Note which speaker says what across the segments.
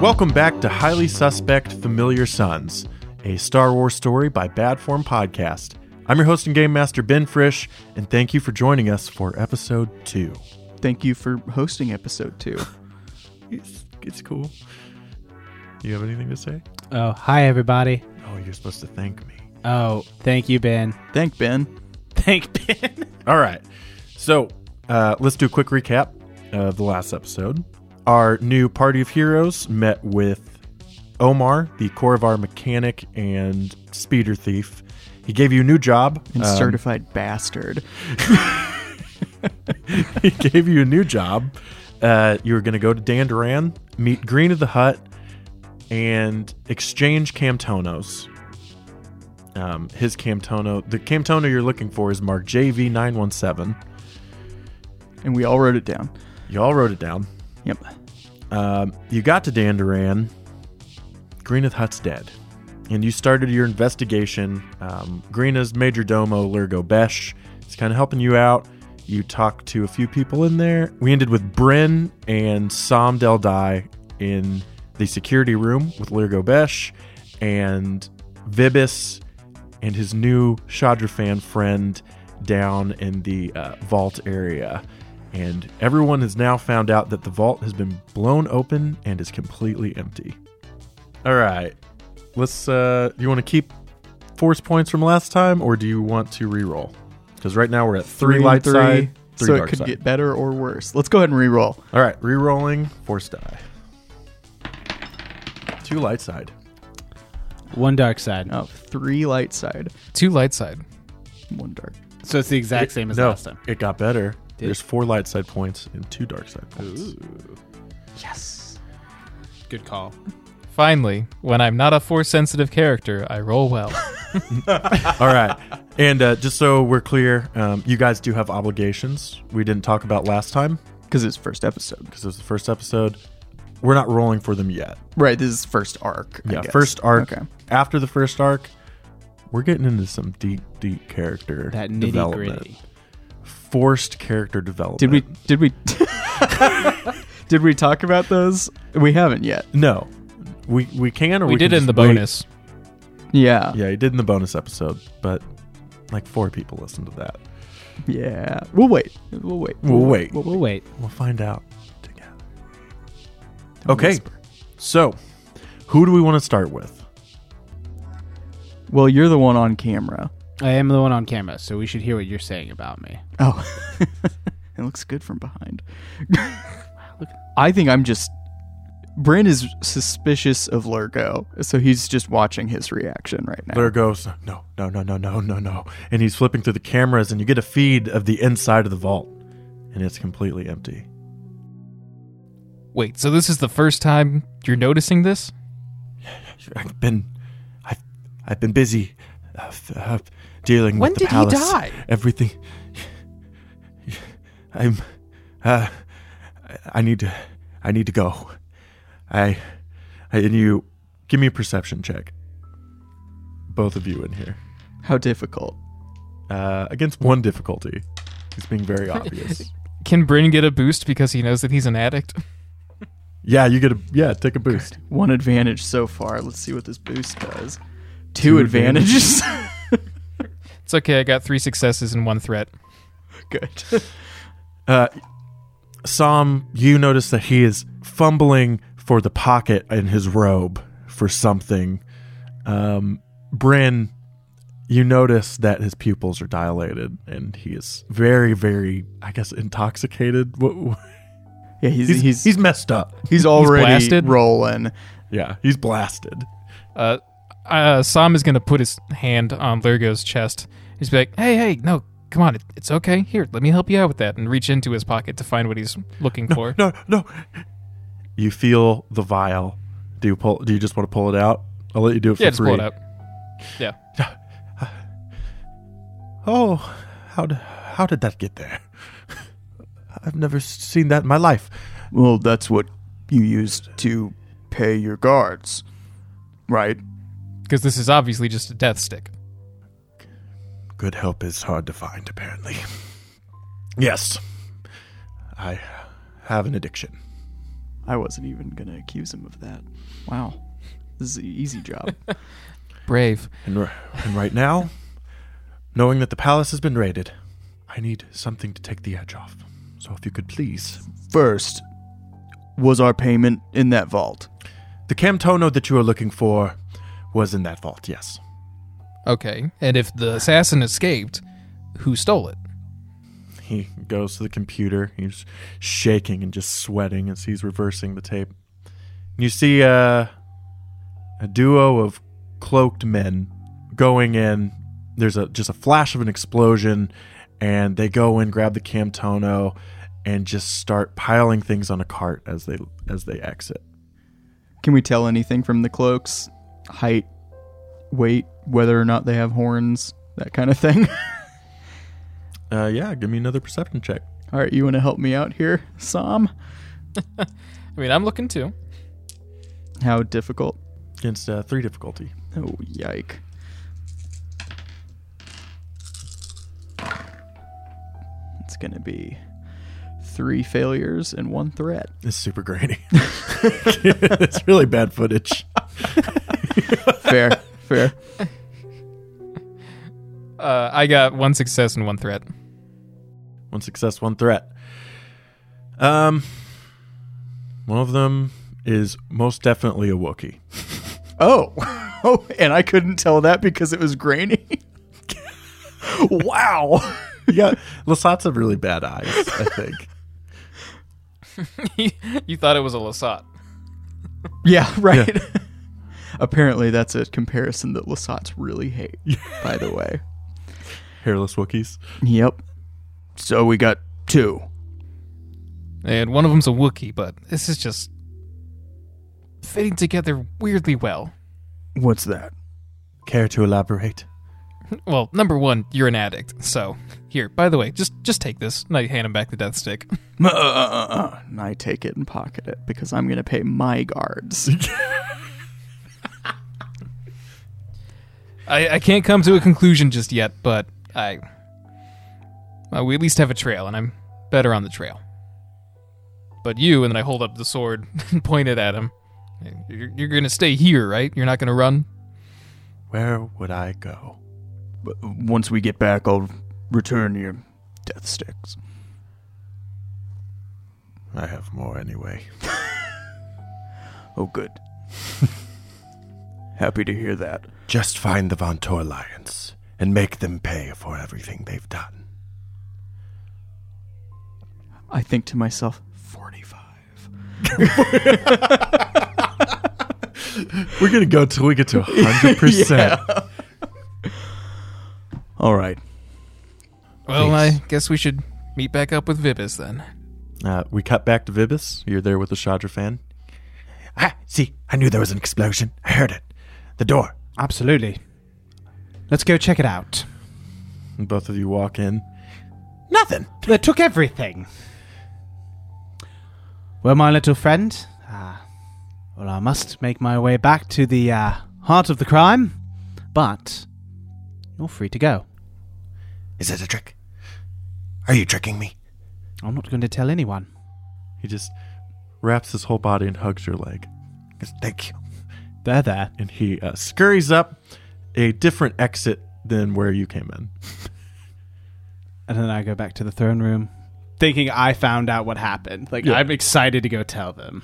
Speaker 1: Welcome back to Highly Suspect Familiar Sons, a Star Wars story by Bad Form Podcast. I'm your host and game master, Ben Frisch, and thank you for joining us for episode two.
Speaker 2: Thank you for hosting episode two.
Speaker 1: It's, it's cool. You have anything to say?
Speaker 3: Oh, hi everybody.
Speaker 1: Oh, you're supposed to thank me.
Speaker 3: Oh, thank you, Ben.
Speaker 2: Thank Ben.
Speaker 3: Thank Ben.
Speaker 1: All right. So uh, let's do a quick recap of the last episode. Our new party of heroes met with Omar, the Corvar mechanic and speeder thief. He gave you a new job.
Speaker 2: And
Speaker 1: Um,
Speaker 2: certified bastard.
Speaker 1: he gave you a new job. Uh, you were going to go to Dandaran, meet Green of the Hut, and exchange Camtonos. Um, his Camtono, the Camtono you're looking for is marked JV917.
Speaker 2: And we all wrote it down.
Speaker 1: You all wrote it down.
Speaker 2: Yep.
Speaker 1: Um, you got to Dandaran. Greeneth Hut's dead. And you started your investigation. Um, Greena's major domo, Lurgo Besh, is kind of helping you out. You talked to a few people in there. We ended with Bryn and Sam Del Dai in the security room with Lurgo Besh and Vibis and his new Shadrafan friend down in the uh, vault area. And everyone has now found out that the vault has been blown open and is completely empty. All right. Let's, uh, you want to keep force points from last time or do you want to reroll? Because right now we're at three,
Speaker 2: and
Speaker 1: light side, three
Speaker 2: so it
Speaker 1: dark
Speaker 2: could
Speaker 1: side.
Speaker 2: get better or worse. Let's go ahead and re-roll.
Speaker 1: All right. Rerolling, force die. Two light side.
Speaker 3: One dark side.
Speaker 2: Oh, three light side,
Speaker 4: Two light side.
Speaker 2: one dark.
Speaker 3: So it's the exact same as
Speaker 1: no,
Speaker 3: last time.
Speaker 1: It got better.
Speaker 3: Did it?
Speaker 1: There's four light side points and two dark side points.
Speaker 2: Yes.
Speaker 3: Good call.
Speaker 4: Finally, when I'm not a force sensitive character, I roll well.
Speaker 1: All right. And uh, just so we're clear, um, you guys do have obligations we didn't talk about last time
Speaker 2: Because it's first episode.
Speaker 1: because it was the first episode. We're not rolling for them yet.
Speaker 2: Right, this is first arc. I
Speaker 1: Yeah,
Speaker 2: guess.
Speaker 1: first arc.
Speaker 2: Okay.
Speaker 1: After the first arc, we're getting into some deep, deep character
Speaker 3: That nitty
Speaker 1: development.
Speaker 3: gritty.
Speaker 1: Forced character development.
Speaker 2: Did we did we did we talk about those? We haven't yet.
Speaker 1: No. We we can or we,
Speaker 4: we did
Speaker 1: can
Speaker 4: in the
Speaker 1: just wait.
Speaker 4: bonus.
Speaker 2: Yeah.
Speaker 1: Yeah, you did in the bonus episode, but like four people listened to that.
Speaker 2: Yeah. We'll wait. We'll wait.
Speaker 1: We'll wait.
Speaker 3: Well, we'll wait.
Speaker 1: We'll find out together.
Speaker 2: Don't
Speaker 1: okay.
Speaker 2: whisper.
Speaker 1: So, who do we want to start with?
Speaker 2: Well, you're the one on camera.
Speaker 3: I am the one on camera, so we should hear what you're saying about me.
Speaker 2: Oh, it looks good from behind. I think I'm just. Bryn is suspicious of Lurgo, so he's just watching his reaction right now.
Speaker 1: There goes no, no, no, no, no, no, no, and he's flipping through the cameras, and you get a feed of the inside of the vault, and it's completely empty.
Speaker 4: Wait, so this is the first time you're noticing this?
Speaker 1: I've been, I've, I've been busy, uh, f- uh, dealing
Speaker 4: When
Speaker 1: with the
Speaker 4: did he
Speaker 1: palace.
Speaker 4: die?
Speaker 1: Everything. I'm, uh, I need to, I need to go. I, I and you, give me a perception check. Both of you in here,
Speaker 2: How difficult.
Speaker 1: uh, against one difficulty. He's being very obvious.
Speaker 4: Can Bryn get a boost because he knows that he's an addict?
Speaker 1: Yeah, you get a yeah, take a boost.
Speaker 2: One advantage so far. Let's see what this boost does. Two, advantages.
Speaker 4: It's okay, I got three successes and one threat.
Speaker 2: good.
Speaker 1: Uh, Sam, you notice that he is fumbling for the pocket in his robe for something. Um, Bryn, you notice that his pupils are dilated and he is very, very, I guess, intoxicated. What- what-
Speaker 2: Yeah,
Speaker 1: He's,
Speaker 2: he's he's
Speaker 1: he's,
Speaker 2: he's,
Speaker 1: messed up.
Speaker 2: already
Speaker 4: blasted?
Speaker 2: rolling.
Speaker 1: Yeah, he's blasted.
Speaker 4: Uh, uh, Sam is going to put his hand on Lurgo's chest. He's be like, hey, hey, no, come on, it, it's okay. Here, let me help you out with that. And reach into his pocket to find what he's looking for.
Speaker 1: No, no. You feel the vial. Do you pull? Do you just want to pull it out? I'll let you do it for
Speaker 4: yeah, just
Speaker 1: free.
Speaker 4: pull it up. Yeah.
Speaker 1: Oh, how did, how did that get there? I've never seen that in my life.
Speaker 2: Well, that's what you used to pay your guards, right?
Speaker 4: Because this is obviously just a death stick.
Speaker 1: Good help is hard to find, apparently. Yes, I have an addiction.
Speaker 2: I wasn't even gonna accuse him of that. Wow, this is an easy job.
Speaker 4: Brave.
Speaker 1: And, r- and right now, knowing that the palace has been raided, I need something to take the edge off. So if you could please.
Speaker 2: First, was our payment in that vault?
Speaker 1: The Camtono that you are looking for was in that vault, yes.
Speaker 4: Okay. And if the assassin escaped, who stole it?
Speaker 1: He goes to the computer. He's shaking and just sweating as he's reversing the tape. And you see uh, a duo of cloaked men going in. There's a just a flash of an explosion, and they go in, grab the Camtono, and just start piling things on a cart as they as they exit.
Speaker 2: Can we tell anything from the cloaks? Height, weight, whether or not they have horns, that kind of thing.
Speaker 1: Uh, yeah, give me another perception check.
Speaker 2: All right, you want to help me out here, Sam?
Speaker 4: I mean, I'm looking too.
Speaker 2: How difficult?
Speaker 1: Against uh, three difficulty.
Speaker 2: Oh, yike. It's going to be three failures and one threat.
Speaker 1: It's super grainy. it's really bad footage.
Speaker 2: Fair, fair.
Speaker 4: Uh, I got one success and one threat.
Speaker 1: One success, one threat. Um, one of them is most definitely a Wookiee.
Speaker 2: Oh, oh, and I couldn't tell that because it was grainy. wow.
Speaker 1: Yeah, Lasat's have really bad eyes. I think.
Speaker 4: you thought it was a Lasat.
Speaker 2: Yeah, right. Apparently, that's a comparison that Lasats really hate, by the way.
Speaker 1: Hairless Wookiees.
Speaker 2: Yep. So we got two.
Speaker 4: And one of them's a Wookiee, but this is just fitting together weirdly well.
Speaker 2: What's that?
Speaker 1: Care to elaborate?
Speaker 4: Well, number one, you're an addict, so here. By the way, just just take this. And I hand him back the death stick.
Speaker 2: Uh, Uh-uh-uh-uh. And I take it and pocket it because I'm going to pay my guards.
Speaker 4: I, I can't come to a conclusion just yet, but I well, we at least have a trail, and I'm better on the trail. But you, and then I hold up the sword and point it at him. You're, you're gonna stay here, right? You're not gonna run.
Speaker 1: Where would I go?
Speaker 2: But once we get back, I'll return your death sticks.
Speaker 1: I have more anyway.
Speaker 2: Oh, good. Happy to hear that.
Speaker 1: Just find the Vontor Alliance and make them pay for everything they've done.
Speaker 2: I think to myself, 45.
Speaker 1: We're gonna go till we get to hundred percent.
Speaker 2: All right.
Speaker 4: Well,
Speaker 1: Please.
Speaker 4: I guess we should meet back up with Vibis then.
Speaker 1: Uh, we cut back to Vibis. You're there with the Shadra fan. Ah, see, I knew there was an explosion. I heard it. The door.
Speaker 3: Absolutely. Let's go check it out.
Speaker 1: And both of you walk in. Nothing.
Speaker 3: They took everything. Well, my little friend, uh, well, I must make my way back to the uh, heart of the crime, but you're free to go.
Speaker 5: Is it a trick? Are you tricking me?
Speaker 3: I'm not going to tell anyone.
Speaker 1: He just wraps his whole body and hugs your leg.
Speaker 5: Yes, Thank you.
Speaker 3: They're there.
Speaker 1: And he uh, scurries up a different exit than where you came in.
Speaker 3: And then I go back to the throne room, thinking I found out what happened. Like,
Speaker 1: Yeah.
Speaker 3: I'm excited to go tell them.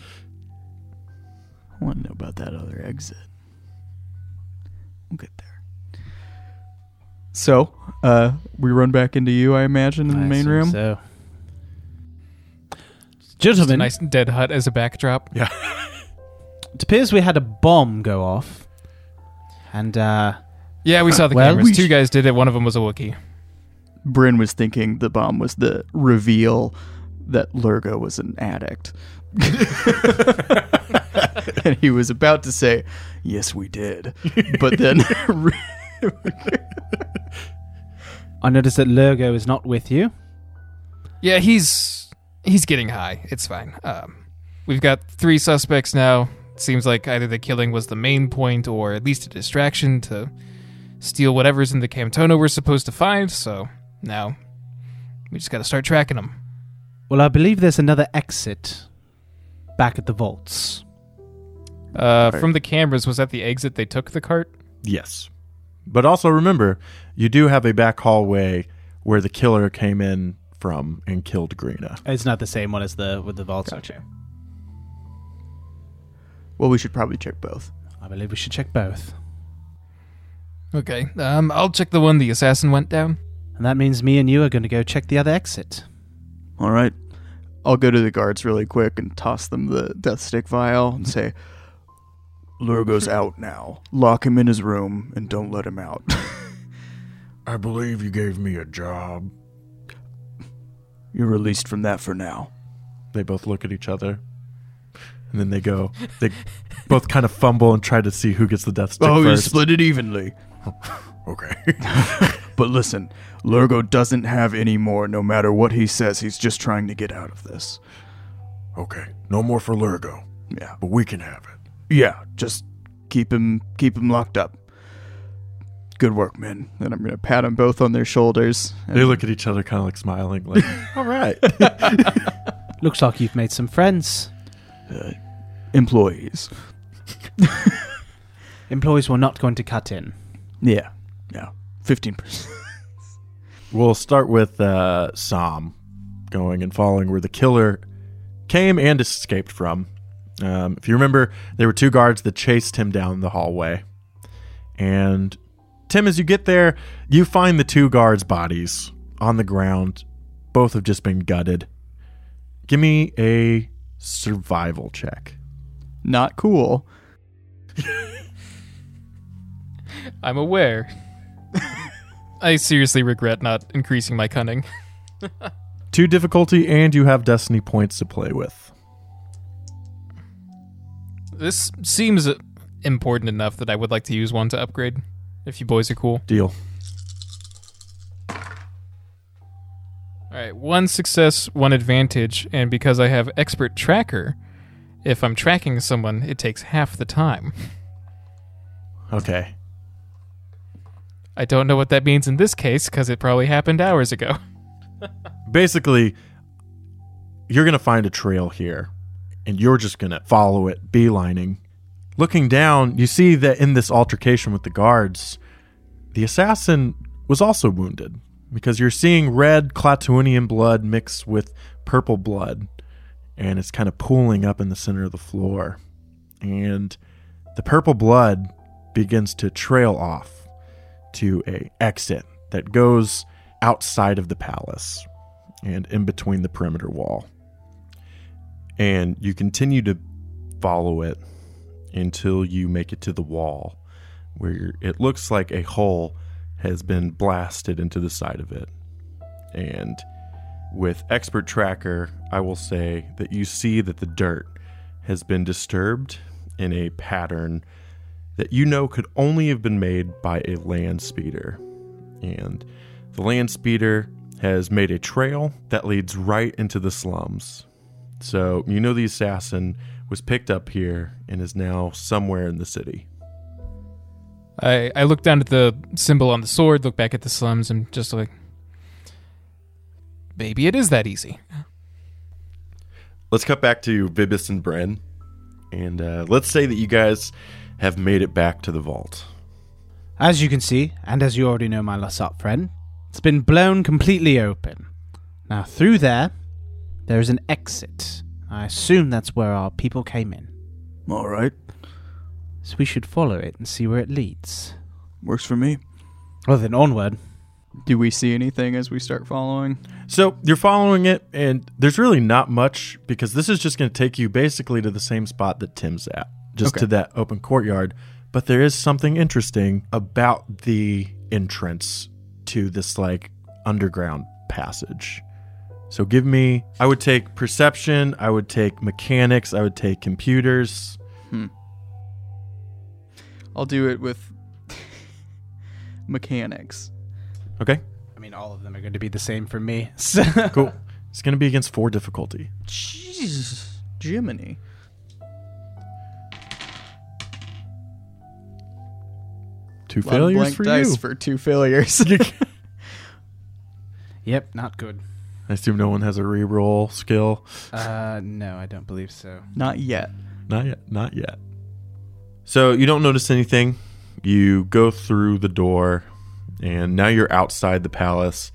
Speaker 2: I want to know about that other exit. We'll get there. So, uh, we run back into you, I imagine, in the
Speaker 3: I
Speaker 2: main
Speaker 3: assume
Speaker 2: room.
Speaker 3: So.
Speaker 4: Just a
Speaker 3: Gentlemen,
Speaker 4: nice dead hut as a backdrop.
Speaker 3: it appears we had a bomb go off. And, uh,
Speaker 4: Yeah, we saw the
Speaker 3: Well,
Speaker 4: cameras.
Speaker 3: we
Speaker 4: Two
Speaker 3: sh-
Speaker 4: guys did it. One of them was a Wookiee.
Speaker 2: Bryn was thinking the bomb was the reveal that Lurgo was an addict. and he was about to say, Yes, we did. But then
Speaker 3: I noticed that Lurgo is not with you.
Speaker 4: Yeah, he's he's getting high. It's fine. Um, we've got three suspects now. Seems like either the killing was the main point or at least a distraction to steal whatever's in the Camtona we're supposed to find. So now we just got to start tracking them.
Speaker 3: Well, I believe there's another exit back at the vaults.
Speaker 4: Uh, From the cameras, was that the exit they took the cart?
Speaker 1: Yes. But also remember, you do have a back hallway where the killer came in from and killed Greena.
Speaker 3: It's not the same one as the with the vaults. Gotcha.
Speaker 2: Well, we should probably check both.
Speaker 3: I believe we should check both.
Speaker 4: Okay. Um, I'll check the one the assassin went down.
Speaker 3: And that means me and you are going to go check the other exit.
Speaker 2: All right. I'll go to the guards really quick and toss them the death stick vial and say, Lurgo's out now. Lock him in his room and don't let him out.
Speaker 5: I believe you gave me a job.
Speaker 2: You're released from that for now.
Speaker 1: They both look at each other. And then they go, they both kind of fumble and try to see who gets the death stick
Speaker 2: oh, you
Speaker 1: first.
Speaker 2: split it evenly.
Speaker 5: Okay.
Speaker 2: But listen, Lurgo doesn't have any more, no matter what he says. He's just trying to get out of this.
Speaker 5: okay. No more for Lurgo,
Speaker 2: Yeah.
Speaker 5: but we can have it.
Speaker 2: Yeah, just keep him keep him locked up. Good work, men. Then I'm gonna pat them both on their shoulders. and-
Speaker 1: They look at each other kind of like smiling, like, all right.
Speaker 3: Looks like you've made some friends.
Speaker 2: employees.
Speaker 3: Employees were not going to cut in.
Speaker 2: Yeah. Yeah. Fifteen percent.
Speaker 1: We'll start with uh, Sam going and following where the killer came and escaped from. Um, if you remember, there were two guards that chased him down the hallway. And Tim, as you get there, you find the two guards' bodies on the ground. Both have just been gutted. Give me a survival check.
Speaker 2: Not cool.
Speaker 4: I'm aware. I seriously regret not increasing my cunning.
Speaker 1: Two difficulty, and you have destiny points to play with.
Speaker 4: This seems important enough that I would like to use one to upgrade, if you boys are cool.
Speaker 1: Deal.
Speaker 4: All right, one success, one advantage, and because I have expert tracker, if I'm tracking someone, it takes half the time.
Speaker 1: Okay.
Speaker 4: I don't know what that means in this case because it probably happened hours ago.
Speaker 1: basically you're gonna find a trail here and you're just gonna follow it beelining looking down you see that in this altercation with the guards the assassin was also wounded because you're seeing red clatoonian blood mixed with purple blood and it's kind of pooling up in the center of the floor and the purple blood begins to trail off to a exit that goes outside of the palace and in between the perimeter wall.
Speaker 6: and you continue to follow it until you make it to the wall where it looks like a hole has been blasted into the side of it. And with expert tracker, I will say that you see that the dirt has been disturbed in a pattern that you know could only have been made by a land speeder. And the land speeder has made a trail that leads right into the slums. So you know the assassin was picked up here and is now somewhere in the city.
Speaker 4: I, I look down at the symbol on the sword, look back at the slums, and just like, maybe it is that easy.
Speaker 6: Let's cut back to Vibis and Bren, and uh, let's say that you guys have made it back to the vault.
Speaker 3: As you can see, and as you already know, my Lassat friend, it's been blown completely open. Now, through there, there is an exit. I assume that's where our people came in.
Speaker 2: All right.
Speaker 3: So we should follow it and see where it leads.
Speaker 2: Works for me.
Speaker 3: Well, then onward.
Speaker 2: Do we see anything as we start following?
Speaker 1: So you're following it, and there's really not much because this is just going to take you basically to the same spot that Tim's at, just
Speaker 2: Okay.
Speaker 1: to that open courtyard. But there is something interesting about the entrance to this like underground passage. So give me, I would take perception, I would take mechanics, I would take computers.
Speaker 2: I'll do it with mechanics.
Speaker 1: Okay,
Speaker 3: I mean, all of them are going to be the same for me.
Speaker 1: cool. it's going to be against four difficulty.
Speaker 2: Jesus, Jiminy.
Speaker 1: Two
Speaker 2: Lot of
Speaker 1: failures
Speaker 2: blank
Speaker 1: for
Speaker 2: dice
Speaker 1: you.
Speaker 2: for two failures.
Speaker 3: yep, not good.
Speaker 1: I assume no one has a reroll skill.
Speaker 3: Uh, no, I don't believe so.
Speaker 2: Not yet.
Speaker 1: Not yet. Not yet. So you don't notice anything. You go through the door, and now you're outside the palace,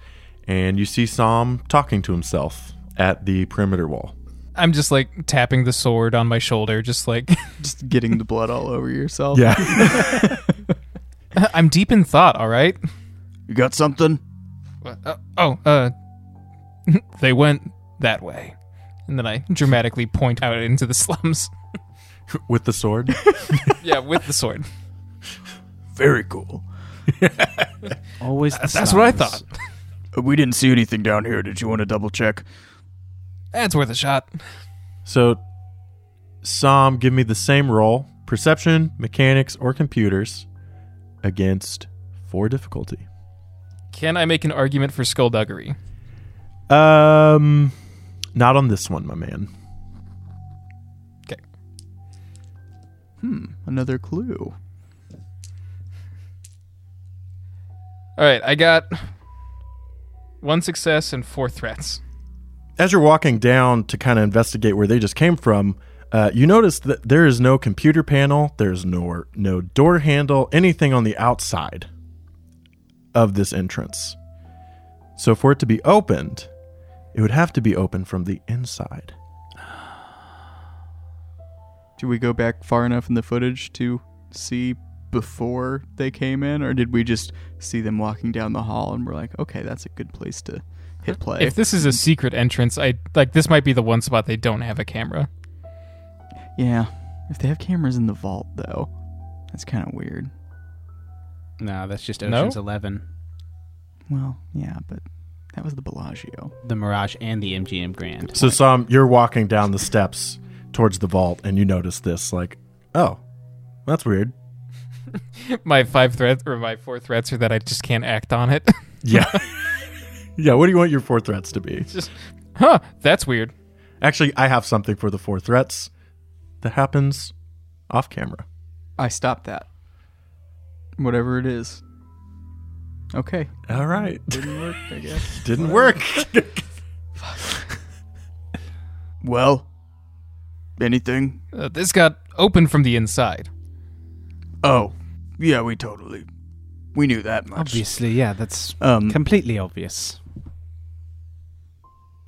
Speaker 1: and you see Sam talking to himself at the perimeter wall.
Speaker 4: I'm just like tapping the sword on my shoulder, just like
Speaker 2: Just getting the blood all over yourself.
Speaker 1: Yeah.
Speaker 4: I'm deep in thought. All right.
Speaker 2: You got something?
Speaker 4: Uh, oh, uh, they went that way, and then I dramatically point out into the slums.
Speaker 1: With the sword.
Speaker 4: yeah, with the sword.
Speaker 2: Very cool.
Speaker 3: Always. the
Speaker 4: That's what I
Speaker 3: sons.
Speaker 4: thought.
Speaker 2: Uh, We didn't see anything down here. Did you want to double check?
Speaker 4: That's worth a shot.
Speaker 1: So, Sam, give me the same roll perception, mechanics, or computers against four difficulty.
Speaker 4: Can I make an argument for skullduggery?
Speaker 1: Um, not on this one, my man.
Speaker 2: Another clue.
Speaker 4: All right, I got one success and four threats.
Speaker 1: As you're walking down to kind of investigate where they just came from, uh, you notice that there is no computer panel, there's no no door handle, anything on the outside of this entrance. So for it to be opened, it would have to be opened from the inside.
Speaker 2: Did we go back far enough in the footage to see before they came in, or did we just see them walking down the hall and we're like, okay, that's a good place to hit play?
Speaker 4: If this is a secret entrance, I like this might be the one spot they don't have a camera.
Speaker 2: yeah. If they have cameras in the vault, though, that's kind of weird.
Speaker 3: No, that's just
Speaker 4: No?
Speaker 3: Ocean's Eleven,
Speaker 2: Well, yeah, but that was the Bellagio.
Speaker 3: the Mirage, and the MGM Grand.
Speaker 1: So Sam, you're walking down the steps towards the vault and you notice this like, oh, that's weird.
Speaker 4: My five threats or my four threats are that I just can't act on it.
Speaker 1: Yeah. yeah, what do you want your four threats to be?
Speaker 4: just huh, that's weird.
Speaker 1: Actually, I have something for the four threats that happens off camera.
Speaker 2: I stopped that. Whatever it is. Okay.
Speaker 1: All right.
Speaker 2: Didn't work, I guess.
Speaker 1: Didn't work.
Speaker 2: Well, anything?
Speaker 4: Uh, this got opened from the inside.
Speaker 2: Oh, yeah, we totally. We knew that much.
Speaker 3: Obviously, yeah, that's
Speaker 4: Mm.
Speaker 2: Um,
Speaker 3: completely obvious.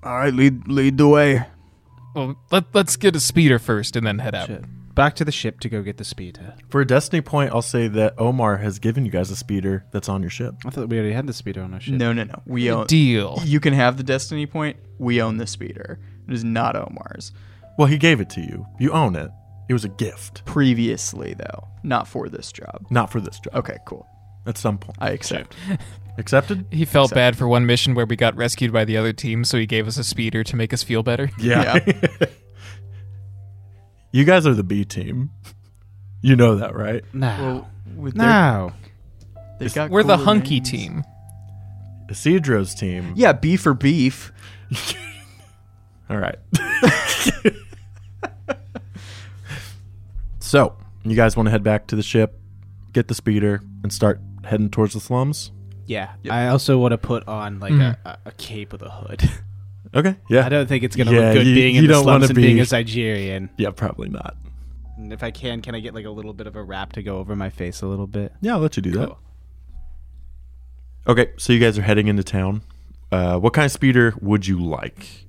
Speaker 2: all right, lead lead the way.
Speaker 4: Well, let, let's get a speeder first and then head out.
Speaker 3: Shit. Back to the ship to go get the speeder.
Speaker 1: For a destiny point, I'll say that Omar has given you guys a speeder that's on your ship.
Speaker 3: I thought we already had the speeder on our ship.
Speaker 2: No, no, no. We own.
Speaker 4: Deal.
Speaker 2: You can have the destiny point. We own the speeder. It is not Omar's.
Speaker 1: Well, he gave it to you. You own it. It was a gift,
Speaker 2: Previously, though, not for this job.
Speaker 1: not for this job. Oh,
Speaker 2: Okay, cool.
Speaker 1: At some point.
Speaker 2: I accept.
Speaker 1: Accepted?
Speaker 4: He felt
Speaker 2: So-
Speaker 4: bad for one mission where we got rescued by the other team, so he gave us a speeder to make us feel better.
Speaker 1: Yeah. you guys are the B team. You know that, right?
Speaker 3: Now,
Speaker 2: Well, with their-
Speaker 3: now,
Speaker 2: they got
Speaker 4: We're the
Speaker 2: cooler
Speaker 4: hunky
Speaker 2: names.
Speaker 4: team.
Speaker 1: Isidro's team.
Speaker 2: Yeah, beef for beef.
Speaker 1: All right. so, you guys want to head back to the ship, get the speeder, and start heading towards the slums?
Speaker 3: yeah. I also want to put on like a, a, a cape with a hood.
Speaker 1: Okay. Yeah.
Speaker 3: I don't think it's gonna
Speaker 1: Yeah,
Speaker 3: look good
Speaker 1: you-
Speaker 3: being
Speaker 1: you
Speaker 3: in the
Speaker 1: don't
Speaker 3: slums
Speaker 1: wanna
Speaker 3: and being
Speaker 1: be-
Speaker 3: a Nigerian.
Speaker 1: yeah, probably not.
Speaker 3: And if I can, can I get like a little bit of a wrap to go over my face a little bit?
Speaker 1: Yeah, I'll let you do that. Okay, so you guys are heading into town. Uh, what kind of speeder would you like?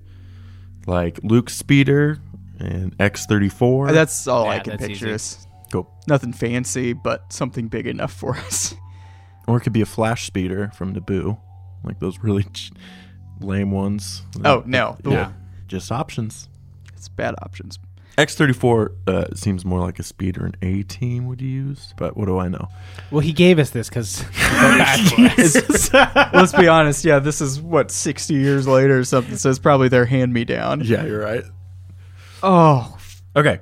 Speaker 1: Like Luke's speeder and X34?
Speaker 2: Uh, That's all I
Speaker 3: Yeah,
Speaker 2: can
Speaker 3: that's
Speaker 2: picture.
Speaker 3: easy.
Speaker 2: Is
Speaker 1: Cool.
Speaker 2: Nothing fancy, but something big enough for us.
Speaker 1: Or it could be a flash speeder from Naboo, like those really ch- lame ones.
Speaker 2: Oh no, the-
Speaker 1: Yeah. Just options.
Speaker 2: it's bad options.
Speaker 1: X34 uh, seems more like a speeder an A team would use, but what do I know?
Speaker 3: Well, he gave us this because
Speaker 2: Let's be honest. Yeah, this is what sixty years later or something. So it's probably their hand me down.
Speaker 1: Yeah, you're right.
Speaker 2: Oh,
Speaker 1: Okay,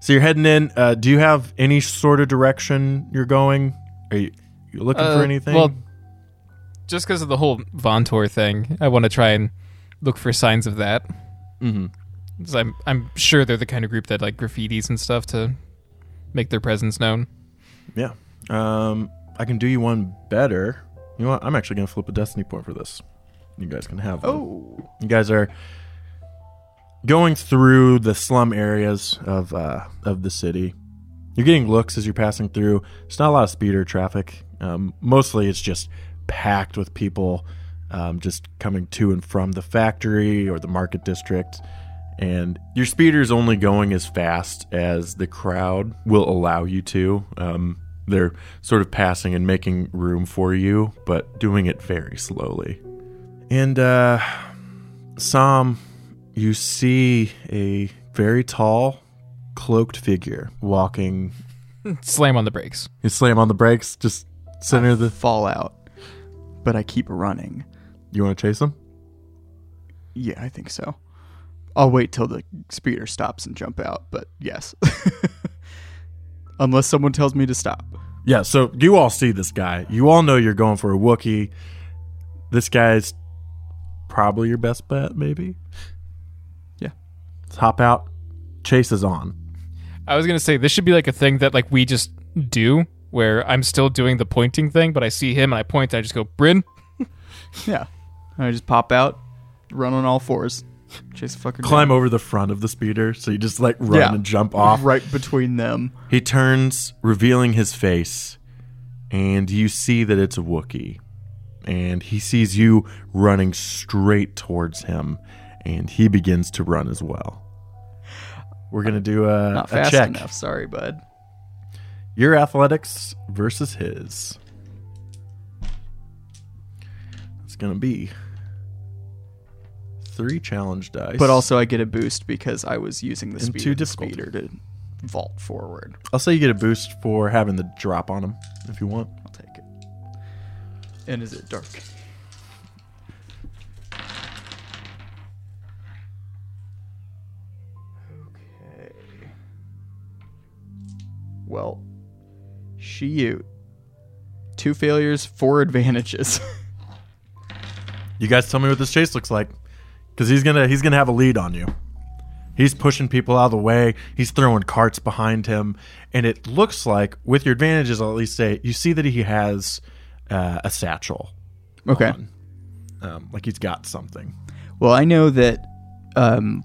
Speaker 1: so you're heading in. Uh, do you have any sort of direction you're going? Are you, you looking
Speaker 4: Uh,
Speaker 1: for anything?
Speaker 4: Well, just because of the whole Vontor thing, I want to try and look for signs of that.
Speaker 1: Mhm.
Speaker 4: 'Cause I'm I'm sure they're the kind of group that like graffitis and stuff to make their presence known.
Speaker 1: yeah. Um, I can do you one better. You know what? I'm actually going to flip a destiny point for this. You guys can have one.
Speaker 2: Oh.
Speaker 1: You guys are going through the slum areas of uh, of the city. You're getting looks as you're passing through. There's not a lot of speeder traffic. Um, mostly, it's just packed with people um, just coming to and from the factory or the market district. And your speeder's only going as fast as the crowd will allow you to. Um, they're sort of passing and making room for you, but doing it very slowly. And uh, Sam, you see a very tall, cloaked figure walking.
Speaker 4: Slam on the brakes.
Speaker 1: You slam on the brakes, just center of the.
Speaker 2: fall out. But I keep running.
Speaker 1: You want to chase him?
Speaker 2: Yeah, I think so. I'll wait till the speeder stops and jump out, but yes. Unless someone tells me to stop.
Speaker 1: Yeah, so you all see this guy. You all know you're going for a Wookiee. This guy's probably your best bet, maybe?
Speaker 2: Yeah.
Speaker 1: Let's hop out. Chase is on.
Speaker 4: I was gonna say this should be like a thing that like we just do, where I'm still doing the pointing thing, but I see him and I point. And I just go, Bryn.
Speaker 2: Yeah. I just pop out, run on all fours, chase the fucker.
Speaker 1: Climb
Speaker 2: down.
Speaker 1: over the front of the speeder, so you just like run
Speaker 2: Yeah.
Speaker 1: and jump off.
Speaker 2: right between them.
Speaker 1: He turns, revealing his face, and you see that it's a Wookiee. And he sees you running straight towards him, and he begins to run as well. We're going to do a,
Speaker 2: Not
Speaker 1: a
Speaker 2: fast
Speaker 1: check.
Speaker 2: enough. Sorry, bud.
Speaker 1: Your athletics versus his. It's going to be three challenge dice.
Speaker 2: But also, I get a boost because I was using the
Speaker 1: And two
Speaker 2: speeder, the
Speaker 1: difficulty.
Speaker 2: speeder to vault forward.
Speaker 1: I'll say you get a boost for having the drop on him if you want.
Speaker 2: I'll take it. And is it dark? Okay. Well, shoot. Two failures, four advantages.
Speaker 1: You guys tell me what this chase looks like, because he's gonna he's gonna have a lead on you. He's pushing people out of the way. He's throwing carts behind him, and it looks like, with your advantages, I'll at least say you see that he has uh, a satchel,
Speaker 2: okay.
Speaker 1: um, like he's got something.
Speaker 2: Well, I know that um,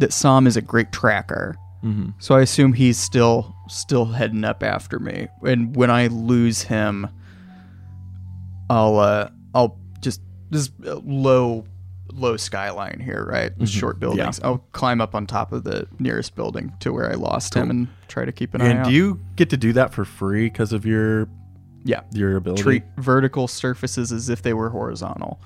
Speaker 2: that Sam is a great tracker,
Speaker 1: Mm-hmm.
Speaker 2: so I assume he's still still heading up after me. And when I lose him, I'll uh, I'll just this uh, low low skyline here, right?
Speaker 1: Mm-hmm.
Speaker 2: With Short buildings. I'll climb up on top of the nearest building to where I lost him and try to keep an eye
Speaker 1: and
Speaker 2: out.
Speaker 1: do you get to do that for free because of your
Speaker 2: yeah.
Speaker 1: your ability?
Speaker 2: Treat vertical surfaces as if they were horizontal.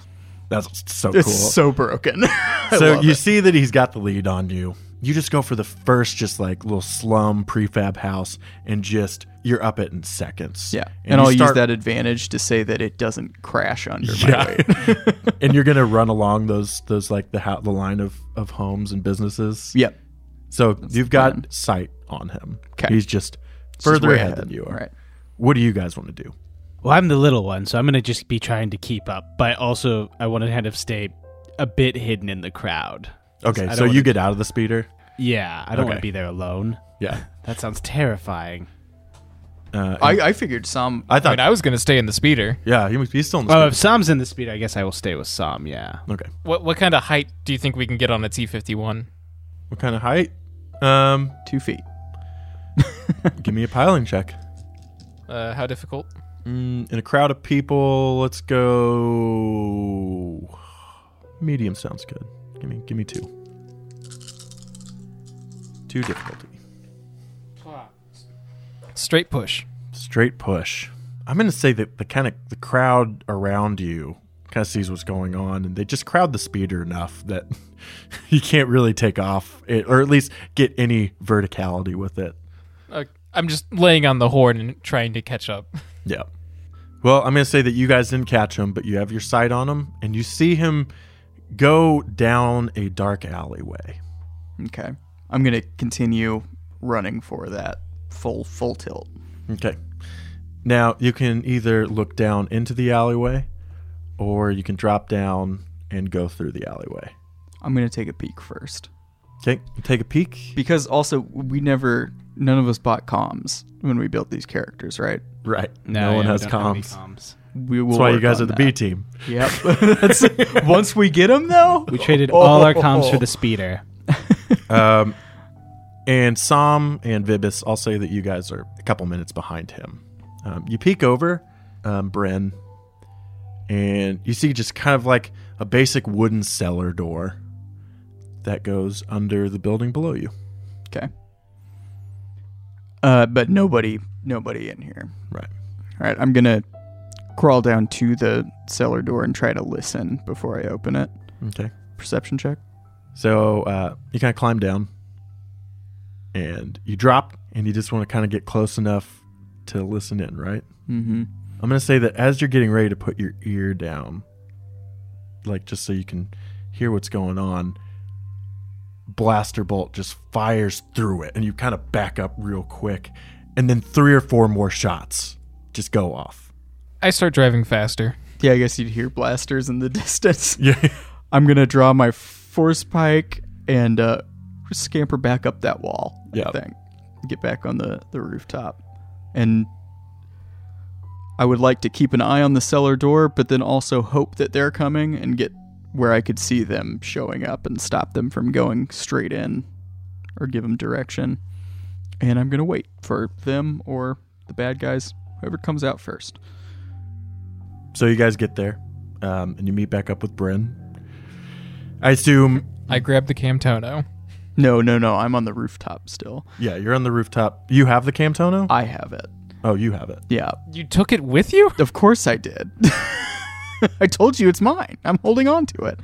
Speaker 1: That's so
Speaker 2: It's
Speaker 1: cool.
Speaker 2: so broken. I
Speaker 1: so
Speaker 2: love
Speaker 1: you
Speaker 2: it.
Speaker 1: see that he's got the lead on you. You just go for the first, just like little slum prefab house, and just you're up it in seconds.
Speaker 2: Yeah, and, I'll
Speaker 1: you
Speaker 2: use
Speaker 1: start-
Speaker 2: that advantage to say that it doesn't crash under my
Speaker 1: Yeah.
Speaker 2: weight.
Speaker 1: and you're gonna run along those those like the ho- the line of of homes and businesses.
Speaker 2: Yep,
Speaker 1: So you've
Speaker 2: the
Speaker 1: got
Speaker 2: plan.
Speaker 1: sight on him.
Speaker 2: 'Kay.
Speaker 1: He's just
Speaker 2: It's just
Speaker 1: further
Speaker 2: way
Speaker 1: ahead, than you are.
Speaker 2: Right.
Speaker 1: What do you guys want to do?
Speaker 3: Well, I'm the little one, so I'm going to just be trying to keep up, but also I want to kind of stay a bit hidden in the crowd.
Speaker 1: Okay,
Speaker 3: I
Speaker 1: so
Speaker 3: don't
Speaker 1: you
Speaker 3: wanna-
Speaker 1: get out of the speeder.
Speaker 3: Yeah, I don't want
Speaker 1: Okay.
Speaker 3: to be there alone.
Speaker 1: Yeah.
Speaker 3: That sounds terrifying.
Speaker 1: Uh, I,
Speaker 2: I, I figured some. uh,
Speaker 1: I
Speaker 4: I
Speaker 1: thought.
Speaker 4: mean, I was gonna stay in the speeder.
Speaker 1: yeah, he, was- he's still in the
Speaker 3: Oh,
Speaker 1: speeder.
Speaker 3: if Sam's in the speed, I guess I will stay with Sam, yeah.
Speaker 1: okay.
Speaker 4: What what kind of height do you think we can get on a T51?
Speaker 1: What kind of height? Um,
Speaker 2: two feet.
Speaker 1: give me a piling check.
Speaker 4: Uh, how difficult?
Speaker 1: Mm, in a crowd of people, let's go. Medium sounds good. Give me, give me two. Two difficulty.
Speaker 4: Straight push.
Speaker 1: Straight push. I'm going to say that the kind of the crowd around you kind of sees what's going on, and they just crowd the speeder enough that you can't really take off, it, or at least get any verticality with it.
Speaker 4: Uh, I'm just laying on the horn and trying to catch up.
Speaker 1: Yeah. Well, I'm going to say that you guys didn't catch him, but you have your sight on him, and you see him go down a dark alleyway.
Speaker 2: Okay, I'm gonna continue running for that full full tilt.
Speaker 1: Okay. Now, you can either look down into the alleyway, or you can drop down and go through the alleyway.
Speaker 2: I'm gonna take a peek first
Speaker 1: Okay, take a peek.
Speaker 2: because also we never none of us bought comms when we built these characters, right?
Speaker 1: Right. No, one
Speaker 3: yeah,
Speaker 1: has
Speaker 3: we don't have any
Speaker 1: comms.
Speaker 3: comms.
Speaker 2: we will.
Speaker 1: That's why you
Speaker 2: work
Speaker 1: guys
Speaker 2: on
Speaker 1: are the
Speaker 2: that.
Speaker 1: B team.
Speaker 2: Yep. That's- once we get him though,
Speaker 3: We traded all our comms for the speeder.
Speaker 1: Um, and Sam and Vibis, I'll say that you guys are a couple minutes behind him. Um, you peek over, um, Bren, and you see just kind of like a basic wooden cellar door that goes under the building below you.
Speaker 2: Okay. Uh, but nobody, nobody in here.
Speaker 1: Right.
Speaker 2: All right. I'm gonna crawl down to the cellar door and try to listen before I open it.
Speaker 1: Okay.
Speaker 2: Perception check.
Speaker 1: So uh, you kind of climb down and you drop, and you just want to kind of get close enough to listen in, right?
Speaker 2: Mm-hmm.
Speaker 1: I'm gonna say that as you're getting ready to put your ear down, like just so you can hear what's going on, blaster bolt just fires through it, and you kind of back up real quick, and then three or four more shots just go off.
Speaker 4: I start driving faster.
Speaker 2: Yeah, I guess you'd hear blasters in the distance.
Speaker 1: Yeah,
Speaker 2: I'm gonna draw my force pike and uh, scamper back up that wall.
Speaker 1: Yeah.
Speaker 2: I think. Get back on the the rooftop, and I would like to keep an eye on the cellar door, but then also hope that they're coming and get where I could see them showing up and stop them from going straight in, or give them direction. And I'm gonna wait for them or the bad guys, whoever comes out first.
Speaker 1: So you guys get there, um, and you meet back up with Bryn. I assume,
Speaker 4: I grab the Camtono.
Speaker 2: No, no, no. I'm on the rooftop still.
Speaker 1: yeah, you're on the rooftop. You have the Camtono?
Speaker 2: I have it.
Speaker 1: Oh, you have it.
Speaker 2: Yeah.
Speaker 4: You took it with you?
Speaker 2: Of course I did. I told you it's mine. I'm holding on to it.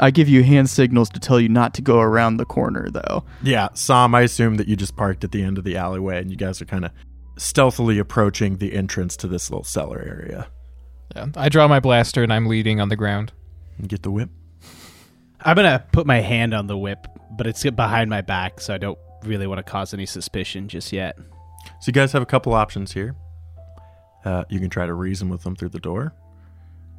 Speaker 2: I give you hand signals to tell you not to go around the corner, though.
Speaker 1: Yeah, Sam, I assume that you just parked at the end of the alleyway and you guys are kind of stealthily approaching the entrance to this little cellar area.
Speaker 4: Yeah. I draw my blaster and I'm leading on the ground.
Speaker 1: You get the whip.
Speaker 3: I'm gonna put my hand on the whip, but it's behind my back, so I don't really want to cause any suspicion just yet.
Speaker 1: So you guys have a couple options here. Uh, you can try to reason with them through the door.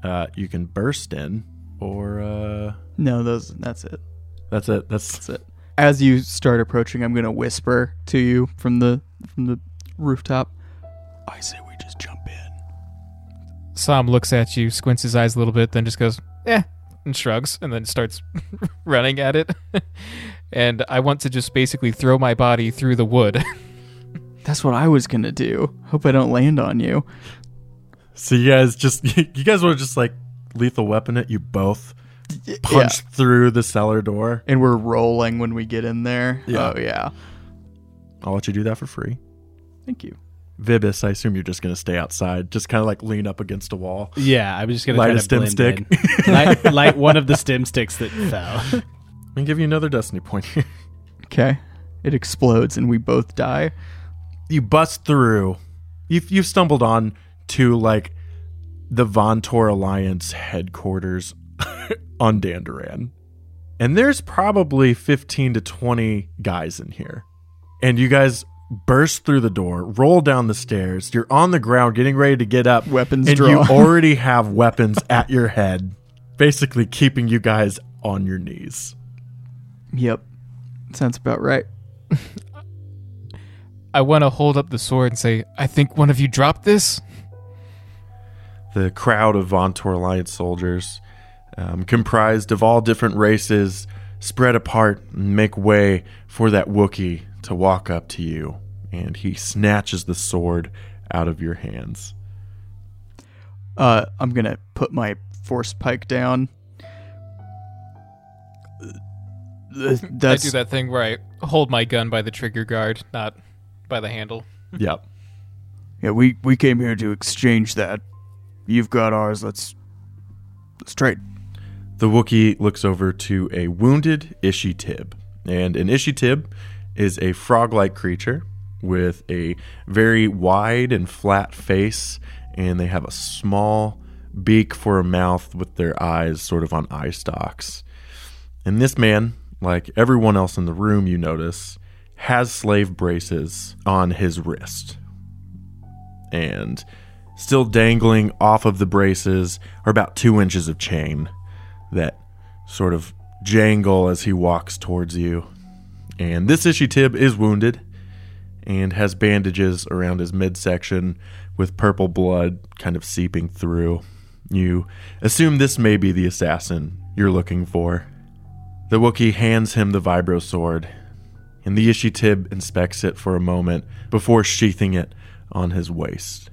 Speaker 1: Uh, you can burst in, or uh,
Speaker 2: No, those. That's it.
Speaker 1: that's it. That's
Speaker 2: That's it. As you start approaching, I'm gonna whisper to you from the from the rooftop. I say we just jump in.
Speaker 4: Sam looks at you, squints his eyes a little bit, then just goes, eh, and shrugs, and then starts running at it. and I want to just basically throw my body through the wood.
Speaker 2: That's what I was gonna do. Hope I don't land on you.
Speaker 1: so. You guys just you guys want to just like lethal weapon it. You both
Speaker 2: Y-
Speaker 1: punch through the cellar door.
Speaker 2: yeah. And we're rolling when we get in there.
Speaker 1: Yeah.
Speaker 2: Oh yeah.
Speaker 1: I'll let you do that for free.
Speaker 2: Thank you.
Speaker 1: Vibis, I assume you're just gonna stay outside, just kind of like lean up against a wall.
Speaker 3: Yeah, I was just gonna
Speaker 1: Light
Speaker 3: try
Speaker 1: a
Speaker 3: to
Speaker 1: stim
Speaker 3: blend
Speaker 1: stick.
Speaker 3: in. light, light one of the stem sticks that fell.
Speaker 1: And give you another destiny point here.
Speaker 2: Okay. It explodes and we both die.
Speaker 1: you bust through. You've, you've stumbled on to like the Vontor Alliance headquarters on Dandaran. And there's probably 15 to 20 guys in here. And you guys burst through the door, roll down the stairs. You're on the ground getting ready to get up.
Speaker 2: Weapons
Speaker 1: And you
Speaker 2: drawn.
Speaker 1: already have weapons at your head, basically keeping you guys on your knees.
Speaker 2: Yep. Sounds about right.
Speaker 4: I want to hold up the sword and say, I think one of you dropped this.
Speaker 1: the crowd of Vontor Alliance soldiers, um, comprised of all different races, spread apart and make way for that Wookiee to walk up to you. And he snatches the sword out of your hands.
Speaker 2: Uh, I'm gonna put my force pike down. Th- That's
Speaker 4: I do that thing where I hold my gun by the trigger guard, not by the handle.
Speaker 1: Yep.
Speaker 2: yeah. We we came here to exchange that. You've got ours. Let's let's trade.
Speaker 1: The Wookiee looks over to a wounded Ishi Tib. And an Ishi Tib is a frog like creature with a very wide and flat face, and they have a small beak for a mouth with their eyes sort of on eye stalks. And this man, like everyone else in the room, you notice, has slave braces on his wrist. And still dangling off of the braces are about two inches of chain that sort of jangle as he walks towards you. And this Ishitib is wounded,
Speaker 7: and has bandages around his midsection with purple blood kind of seeping through. You assume this may be the assassin you're looking for. The Wookiee hands him the vibro sword, and the Ishitib inspects it for a moment before sheathing it on his waist.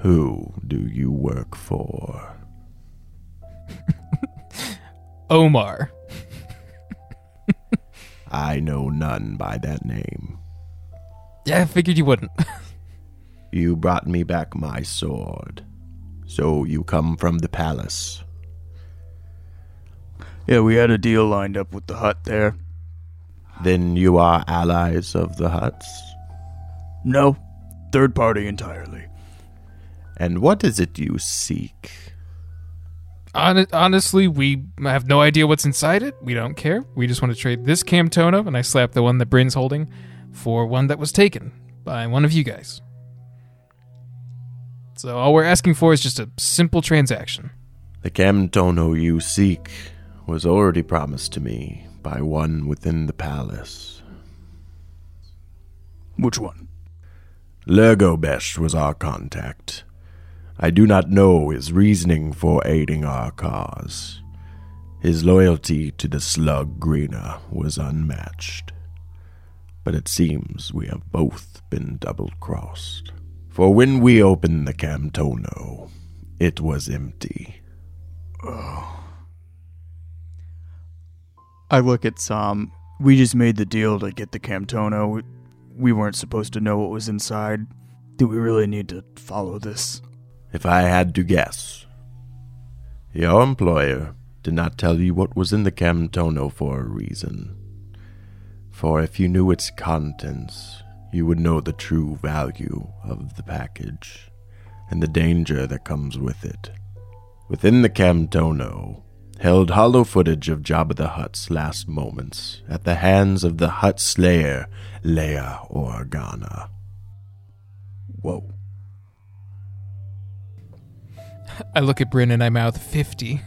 Speaker 7: Who do you work for?
Speaker 4: Omar.
Speaker 1: I know none by that name.
Speaker 4: Yeah, I figured you wouldn't.
Speaker 1: You brought me back my sword. So you come from the palace.
Speaker 2: Yeah, we had a deal lined up with the hut there.
Speaker 1: Then you are allies of the Huts.
Speaker 2: No, third party entirely.
Speaker 1: And what is it you seek?
Speaker 4: Hon- honestly, we have no idea what's inside it. We don't care. We just want to trade this Camtona, and I slap the one that Bryn's holding, for one that was taken by one of you guys. So all we're asking for is just a simple transaction.
Speaker 1: The Camtono you seek was already promised to me by one within the palace.
Speaker 2: Which one?
Speaker 1: Lurgobesh was our contact. I do not know his reasoning for aiding our cause. His loyalty to the slug Greener was unmatched. But it seems we have both been double crossed. For when we opened the Camtono, it was empty.
Speaker 2: I look at Sam. We just made the deal to get the Camtono. We, we weren't supposed to know what was inside. Do we really need to follow this?
Speaker 1: If I had to guess, your employer did not tell you what was in the Camtono for a reason. For if you knew its contents, you would know the true value of the package and the danger that comes with it. Within the Camtono, held hollow footage of Jabba the Hutt's last moments at the hands of the Hut Slayer, Leia Organa.
Speaker 2: Whoa.
Speaker 4: I look at Bryn and I mouth 50.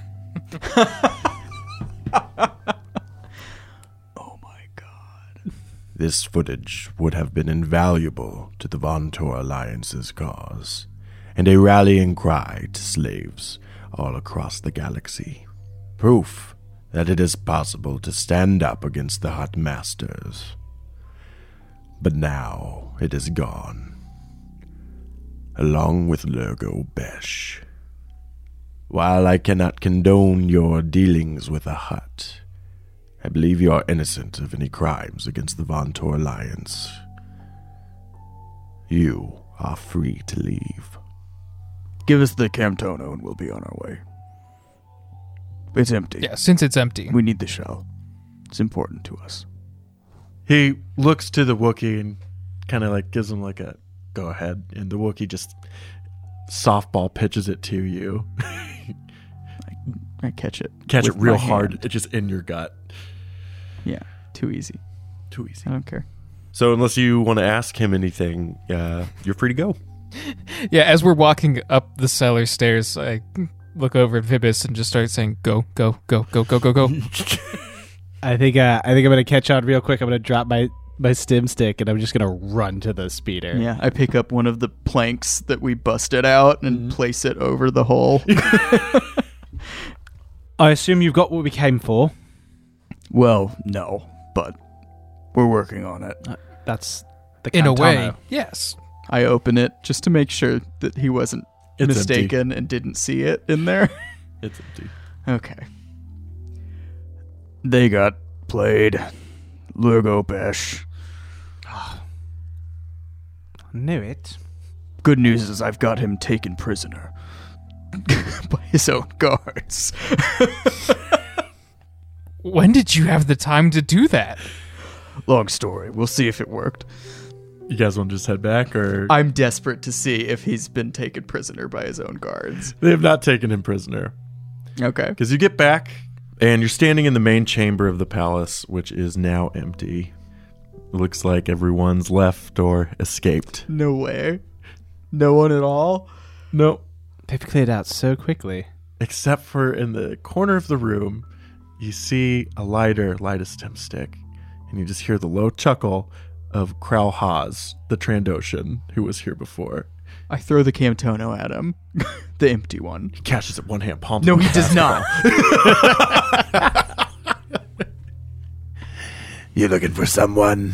Speaker 1: This footage would have been invaluable to the Vontor Alliance's cause, and a rallying cry to slaves all across the galaxy. Proof that it is possible to stand up against the Hut Masters. But now it is gone, along with Lurgo Besh. While I cannot condone your dealings with a Hut, I believe you are innocent of any crimes against the Vontor Alliance. You are free to leave.
Speaker 2: Give us the Camtono and we'll be on our way. It's empty.
Speaker 4: Yeah, since it's empty.
Speaker 2: We need the shell. It's important to us.
Speaker 8: He looks to the Wookiee and kind of like gives him like a go ahead, and the Wookiee just softball pitches it to you.
Speaker 2: I catch it.
Speaker 8: Catch
Speaker 2: with
Speaker 8: it real
Speaker 2: my
Speaker 8: hard.
Speaker 2: hand.
Speaker 8: It's just in your gut.
Speaker 2: Yeah, too easy.
Speaker 8: Too easy.
Speaker 2: I don't care.
Speaker 7: So, unless you want to ask him anything, uh, you're free to go.
Speaker 4: Yeah, as we're walking up the cellar stairs, I look over at Vibis and just start saying, go, go, go, go, go, go, go.
Speaker 3: I think uh, I think I'm gonna catch on real quick. I'm gonna drop my my stim stick and I'm just gonna run to the speeder.
Speaker 2: Yeah, I pick up one of the planks that we busted out and
Speaker 8: Mm-hmm.
Speaker 2: place it over the hole.
Speaker 3: I assume you've got what we came for.
Speaker 2: well, no, but we're working on it.
Speaker 8: Uh,
Speaker 3: That's the
Speaker 4: In a
Speaker 3: Camtano.
Speaker 4: way, yes.
Speaker 2: I open it just to make sure that he wasn't
Speaker 8: It's
Speaker 2: mistaken and didn't see it in there.
Speaker 8: Empty. It's empty.
Speaker 2: okay. They got played. Lurgo Besh.
Speaker 3: Knew it.
Speaker 2: Good news is I've got him taken prisoner by his own guards.
Speaker 4: When did you have the time to do that?
Speaker 2: Long story. We'll see if it worked.
Speaker 8: You guys want to just head back, or
Speaker 2: I'm desperate to see if he's been taken prisoner by his own guards.
Speaker 8: they have not taken him prisoner?
Speaker 2: Okay.
Speaker 8: Because you get back and you're standing in the main chamber of the palace, which is now empty. Looks like everyone's left or escaped.
Speaker 2: No way. No one at all.
Speaker 8: No,
Speaker 3: They've cleared out so quickly.
Speaker 8: except for in the corner of the room, you see a lighter light a stem stick, and you just hear the low chuckle
Speaker 1: of Krau Haas, the Trandoshan, who was here before.
Speaker 2: I throw the Camtono at him, the empty one.
Speaker 1: He catches it one hand, palms
Speaker 2: No,
Speaker 1: it.
Speaker 2: he does not.
Speaker 5: You looking for someone?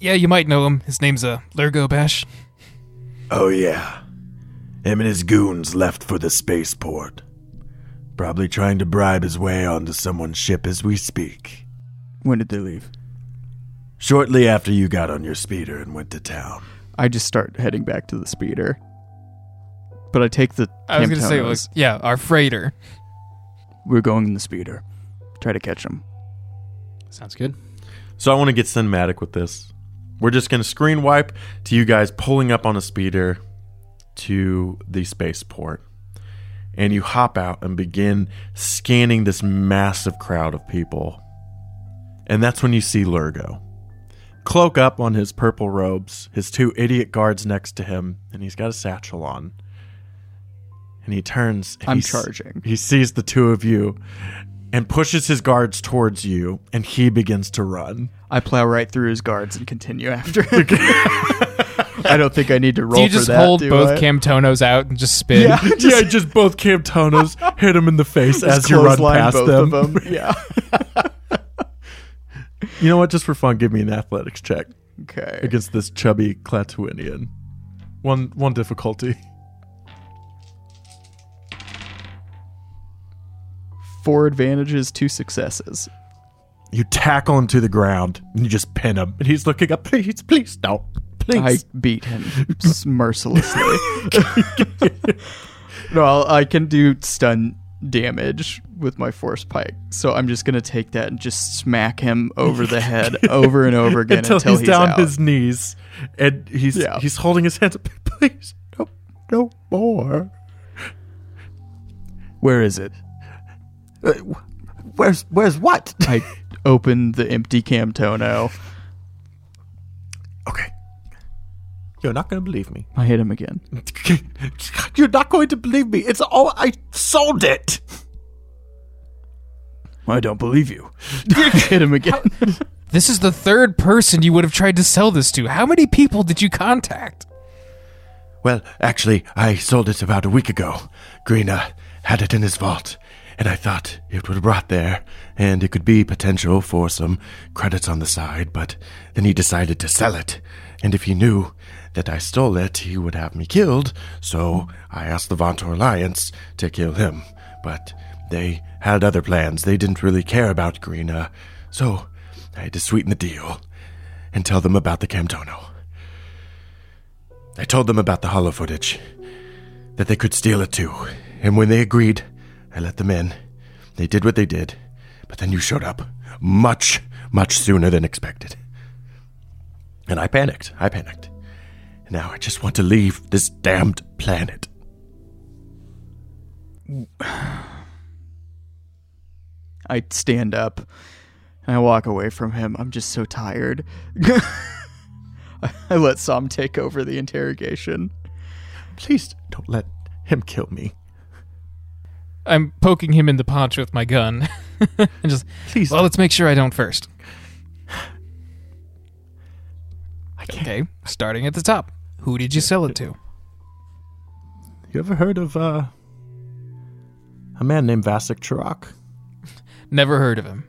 Speaker 4: Yeah, you might know him. His name's uh, Lurgo Bash.
Speaker 5: Oh, yeah. Him and his goons left for the spaceport. Probably trying to bribe his way onto someone's ship as we speak.
Speaker 2: when did they leave?
Speaker 5: Shortly after you got on your speeder and went to town.
Speaker 2: I just start heading back to the speeder. But I take the.
Speaker 4: I was going to say, like,
Speaker 2: Camtonos.
Speaker 4: yeah, our freighter.
Speaker 2: we're going in the speeder. Try to catch him.
Speaker 3: Sounds good.
Speaker 1: So I want to get cinematic with this. We're just going to screen wipe to you guys pulling up on a speeder to the spaceport. And you hop out and begin scanning this massive crowd of people. And that's when you see Lurgo. Cloak up on his purple robes, his two idiot guards next to him, and he's got a satchel on. And he turns. and
Speaker 2: I'm
Speaker 1: he s-
Speaker 2: charging.
Speaker 1: He sees the two of you and pushes his guards towards you, and he begins to run.
Speaker 2: I plow right through his guards and continue after him. I don't think I need to roll
Speaker 4: Do you
Speaker 2: for
Speaker 4: just
Speaker 2: that,
Speaker 4: hold
Speaker 2: do
Speaker 4: both
Speaker 2: I?
Speaker 4: Camtonos out and just spin?
Speaker 2: Yeah, just
Speaker 1: yeah, just both Camtonos hit him in the face as you run
Speaker 2: clothesline
Speaker 1: past
Speaker 2: both
Speaker 1: them.
Speaker 2: of them. Yeah.
Speaker 1: You know what? Just for fun, give me an athletics check
Speaker 2: Okay.
Speaker 1: against this chubby Clatuinian. One one difficulty.
Speaker 2: Four advantages, two successes.
Speaker 1: You tackle him to the ground and you just pin him, and he's looking up. Please, please, no,
Speaker 2: I
Speaker 1: please.
Speaker 2: beat him s- mercilessly. no, I'll, I can do stun damage with my force pike, so I'm just gonna take that and just smack him over the head over and over again
Speaker 1: until,
Speaker 2: until,
Speaker 1: he's, down
Speaker 2: out.
Speaker 1: his knees, and he's
Speaker 2: Yeah.
Speaker 1: he's holding his hands up. Please, no, no more.
Speaker 2: Where is it?
Speaker 5: Where's where's what?
Speaker 2: I open the empty Camtono.
Speaker 1: Okay, you're not gonna believe me.
Speaker 2: I hit him again.
Speaker 1: You're not going to believe me. It's all I sold it.
Speaker 2: I don't believe you. hit him again.
Speaker 4: This is the third person you would have tried to sell this to. How many people did you contact?
Speaker 5: Well, actually, I sold it about a week ago. Greener had it in his vault, and I thought it would rot there, and it could be potential for some credits on the side, but then he decided to sell it. And if he knew that I stole it, he would have me killed, so I asked the Vontor Alliance to kill him. But they had other plans. They didn't really care about Greener, so I had to sweeten the deal and tell them about the Camtono. I told them about the hollow footage, that they could steal it too. And when they agreed, I let them in. They did what they did, but then you showed up much, much sooner than expected. And I panicked. I panicked. And now I just want to leave this damned planet.
Speaker 2: I stand up and I walk away from him. I'm just so tired. I- I let Sam take over the interrogation.
Speaker 1: Please don't let him kill me.
Speaker 4: I'm poking him in the paunch with my gun. and just,
Speaker 1: Please.
Speaker 4: well, let's make sure I don't first.
Speaker 1: can't-
Speaker 4: Okay, starting at the top. Who did you sell it to?
Speaker 1: You ever heard of uh, a man named Vasek Chirok?
Speaker 4: Never heard of him.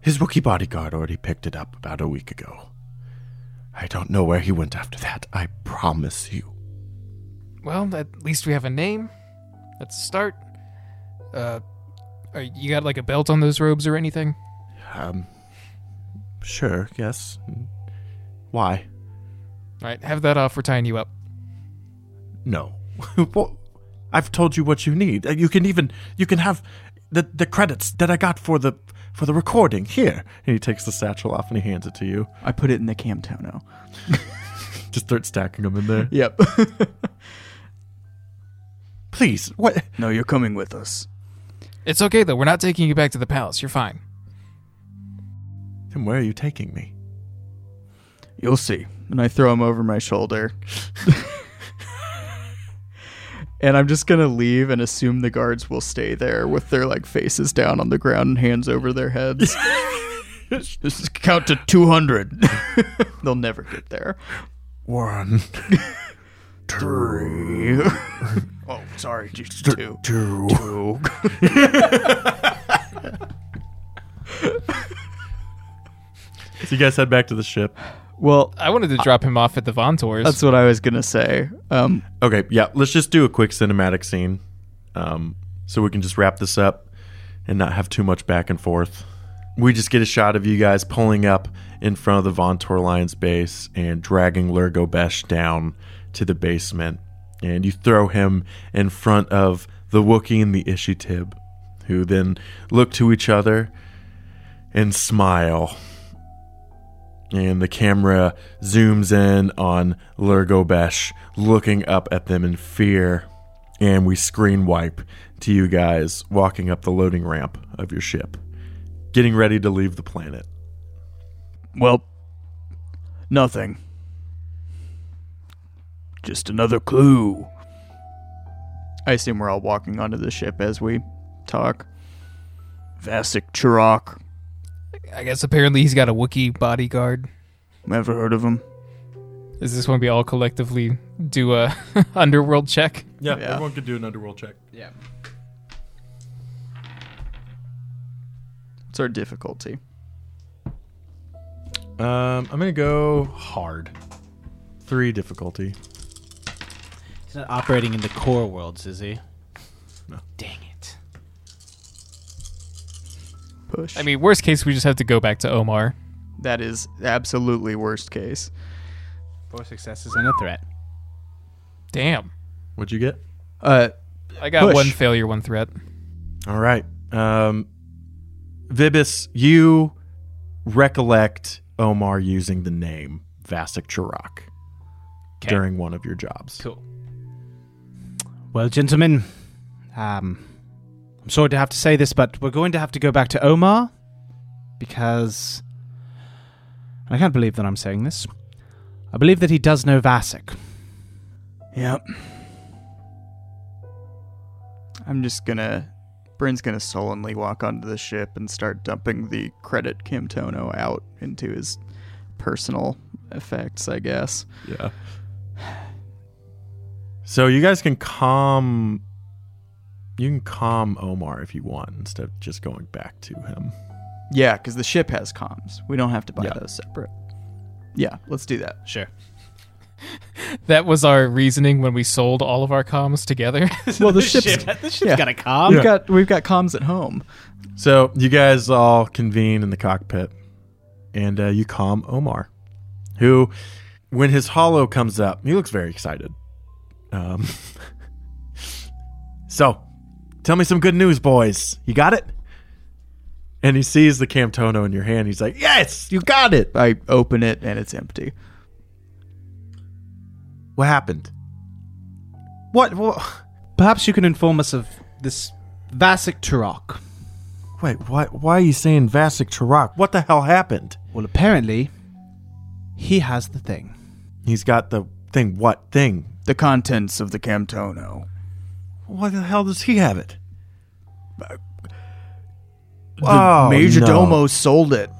Speaker 5: His Wookiee bodyguard already picked it up about a week ago. I don't know where he went after that, I promise you.
Speaker 4: Well, at least we have a name. That's a start. Uh, are, you got like a belt on those robes or anything?
Speaker 1: Um, sure, yes. Why?
Speaker 4: All right, have that off. We're tying you up.
Speaker 1: No. well, I've told you what you need. Uh, You can even you can have the the credits that I got for the for the recording here. And he takes the satchel off and he hands it to you.
Speaker 2: I put it in the Camtono.
Speaker 1: Just start stacking them in there.
Speaker 2: Yep.
Speaker 1: Please, what?
Speaker 2: no, you're coming with us.
Speaker 4: It's okay though. We're not taking you back to the palace. You're fine.
Speaker 1: Then where are you taking me?
Speaker 2: You'll see. And I throw him over my shoulder. and I'm just going to leave and assume the guards will stay there with their like faces down on the ground and hands over their heads. Just count to 200. They'll never get there.
Speaker 6: One,
Speaker 2: Three. oh, sorry. Just two.
Speaker 6: two.
Speaker 2: Two.
Speaker 1: So you guys head back to the ship.
Speaker 2: Well,
Speaker 4: I wanted to drop him off at the Vontours.
Speaker 2: that's what I was going to say. Um,
Speaker 1: Okay, yeah, let's just do a quick cinematic scene um, so we can just wrap this up and not have too much back and forth. We just get a shot of you guys pulling up in front of the Vontor Lions base and dragging Lurgo Besh down to the basement. And you throw him in front of the Wookiee and the Ishitib, who then look to each other and smile. And the camera zooms in on Lurgobesh looking up at them in fear. And we screen wipe to you guys walking up the loading ramp of your ship, getting ready to leave the planet.
Speaker 2: well, nothing. Just another clue. I assume we're all walking onto the ship as we talk. Vasik Chirok.
Speaker 4: I guess apparently he's got a Wookiee bodyguard.
Speaker 2: Never heard of him.
Speaker 4: Is this when we all collectively do a underworld check?
Speaker 1: Yeah,
Speaker 2: Yeah. everyone
Speaker 1: could do an underworld check.
Speaker 2: It's our difficulty.
Speaker 1: Um, I'm going to go hard. Three difficulty.
Speaker 3: He's not operating in the core worlds, is he?
Speaker 1: No.
Speaker 3: Dang it.
Speaker 2: Push.
Speaker 4: I mean, worst case, we just have to go back to Omar.
Speaker 2: that is absolutely worst case.
Speaker 3: Four successes and a threat.
Speaker 4: Damn.
Speaker 1: What'd you get?
Speaker 2: Uh,
Speaker 4: I got
Speaker 2: Push.
Speaker 4: one failure, one threat.
Speaker 1: All right. Um, Vibis, you recollect Omar using the name Vasik Chirok
Speaker 4: 'Kay.
Speaker 1: during one of your jobs.
Speaker 4: Cool.
Speaker 3: Well, gentlemen, um, I'm sorry to have to say this, but we're going to have to go back to Omar because. and I can't believe that I'm saying this. I believe that he does know Vasek.
Speaker 2: yep. I'm just gonna. Bryn's gonna sullenly walk onto the ship and start dumping the credit Camtono out into his personal effects, I guess.
Speaker 1: Yeah. So you guys can calm. You can calm Omar if you want instead of just going back to him.
Speaker 2: Yeah, because the ship has comms. We don't have to buy
Speaker 1: Yeah.
Speaker 2: those separate. Yeah, let's do that.
Speaker 3: Sure.
Speaker 4: That was our reasoning when we sold all of our comms together.
Speaker 2: Well, the ship's
Speaker 3: the ship's
Speaker 2: yeah.
Speaker 3: got a calm.
Speaker 2: we've got we've got comms at home.
Speaker 1: So you guys all convene in the cockpit, and uh, you calm Omar, who, when his hollow comes up, he looks very excited. Um, so, tell me some good news, boys. You got it? And he sees the Camtono in your hand. He's like, "Yes, you got it."
Speaker 2: I open it and it's empty.
Speaker 1: What happened? What? what?
Speaker 3: Perhaps you can inform us of this Vasek Turok.
Speaker 1: Wait, why, why are you saying Vasik Chirok? What the hell happened?
Speaker 3: Well, apparently, he has the thing.
Speaker 1: He's got the thing. What thing?
Speaker 2: The contents of the Camtono.
Speaker 1: Why the hell does he have it?
Speaker 2: The
Speaker 1: Oh,
Speaker 2: Major
Speaker 1: no.
Speaker 2: Domo sold it.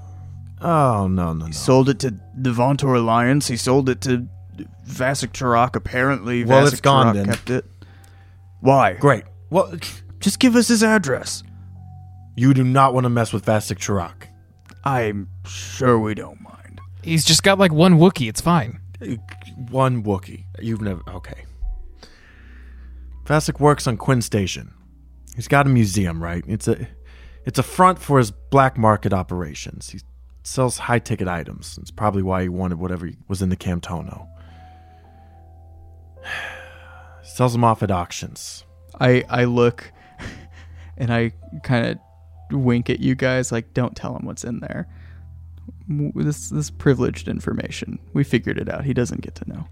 Speaker 1: Oh, no, no, no.
Speaker 2: He sold it to the Vontor Alliance. He sold it to Vasek Turok. Apparently,
Speaker 1: Well,
Speaker 2: Vasek
Speaker 1: it's gone
Speaker 2: Turok
Speaker 1: then.
Speaker 2: kept it. Why?
Speaker 1: Great. Well,
Speaker 2: Just give us his address.
Speaker 1: you do not want to mess with Vasik Chirok.
Speaker 2: I'm sure we don't mind.
Speaker 4: He's just got like one Wookiee. It's fine.
Speaker 1: One Wookiee. You've never. Okay. Vasik works on Quinn Station. He's got a museum, right? It's a. It's a front for his black market operations. He sells high ticket items. It's probably why he wanted whatever was in the Camtono. sells them off at auctions.
Speaker 2: I I look, and I kind of wink at you guys. Like, don't tell him what's in there. W- This this privileged information. We figured it out. He doesn't get to know.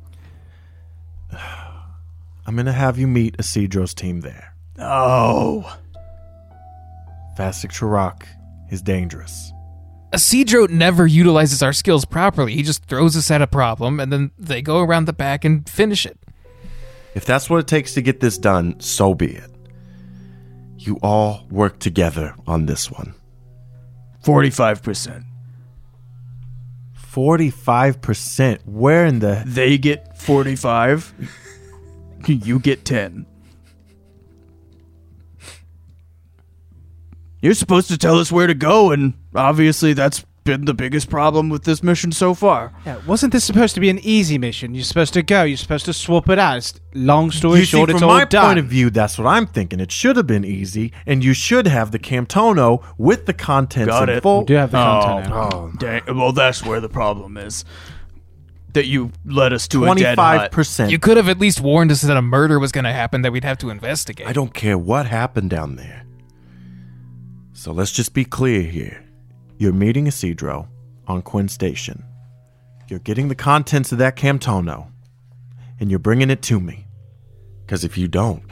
Speaker 1: I'm gonna have you meet Isidro's team there.
Speaker 2: Oh,
Speaker 1: Vasik Chirok is dangerous.
Speaker 4: Isidro never utilizes our skills properly. He just throws us at a problem and then they go around the back and finish it.
Speaker 1: If that's what it takes to get this done, so be it. You all work together on this one.
Speaker 2: forty-five percent.
Speaker 1: Forty-five percent. Where in the
Speaker 2: They get 45. you get 10. You're supposed to tell us where to go, and obviously that's been the biggest problem with this mission so far.
Speaker 3: Yeah, wasn't this supposed to be an easy mission? You're supposed to go. You're supposed to swap it out. It's, long story
Speaker 1: you
Speaker 3: short,
Speaker 1: see,
Speaker 3: it's
Speaker 1: from
Speaker 3: all
Speaker 1: my
Speaker 3: done.
Speaker 1: point of view, that's what I'm thinking. It should have been easy, and you should have the Camtono with the contents
Speaker 2: Got
Speaker 1: in
Speaker 2: it.
Speaker 1: full.
Speaker 3: do have the content. now.
Speaker 2: Oh, dang. Well, that's where the problem is. That you led us to a dead
Speaker 1: Twenty-five
Speaker 2: hut.
Speaker 1: percent.
Speaker 4: You could have at least warned us that a murder was going to happen that we'd have to investigate.
Speaker 5: I don't care what happened down there. So let's just be clear here.
Speaker 1: You're meeting Isidro on Quinn Station. You're getting the contents of that Camtono, and you're bringing it to me.
Speaker 5: Because if you don't,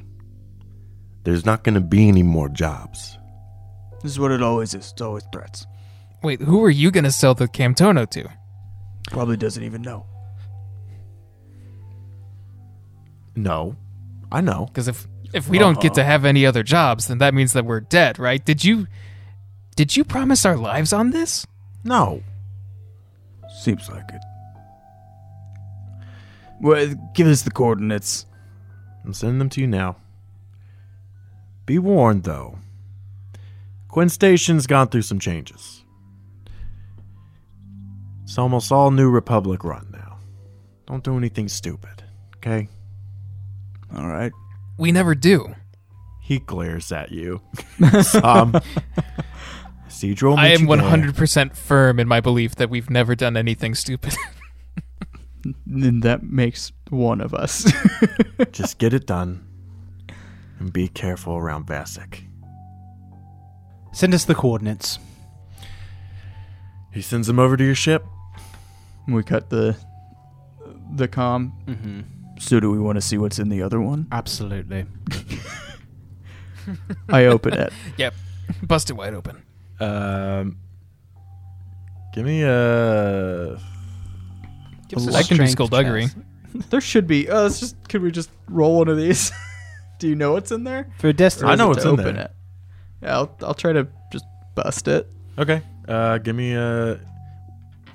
Speaker 5: there's not going to be any more jobs.
Speaker 2: This is what it always is. It's always threats.
Speaker 4: Wait, who are you going to sell the Camtono to?
Speaker 2: Probably doesn't even know.
Speaker 1: No, I know.
Speaker 4: Because if if we don't
Speaker 5: Uh-huh.
Speaker 4: get to have any other jobs, then that means that we're dead, right? Did you did you promise our lives on this?
Speaker 1: No,
Speaker 2: Seems like it. Well, give us the coordinates.
Speaker 1: I'm sending them to you now. Be warned, though. Quinn Station's gone through some changes. It's almost all New Republic run now. Don't do anything stupid, okay?
Speaker 2: All right.
Speaker 4: We never do.
Speaker 1: He glares at you. um, Cedro,
Speaker 4: I am 100% firm in my belief that we've never done anything stupid.
Speaker 2: Then that makes one of us.
Speaker 1: Just get it done, and be careful around Vasic.
Speaker 3: Send us the coordinates.
Speaker 1: He sends him over to your ship.
Speaker 2: we cut the the com.
Speaker 3: Mm-hmm.
Speaker 2: So do we want to see what's in the other one?
Speaker 3: Absolutely.
Speaker 2: I open it.
Speaker 4: yep. Bust it wide open.
Speaker 1: Um, give me uh, a
Speaker 3: Gives
Speaker 4: That can be skullduggery.
Speaker 2: There should be. Uh, let's just. Could we just roll one of these? do you know what's in there?
Speaker 3: For
Speaker 2: Or
Speaker 3: destiny.
Speaker 1: I
Speaker 2: is
Speaker 1: know
Speaker 2: it
Speaker 1: what's
Speaker 2: to
Speaker 1: in
Speaker 2: open
Speaker 1: there.
Speaker 2: It. Yeah, I'll, I'll try to just bust it.
Speaker 1: Okay. Uh, give me a.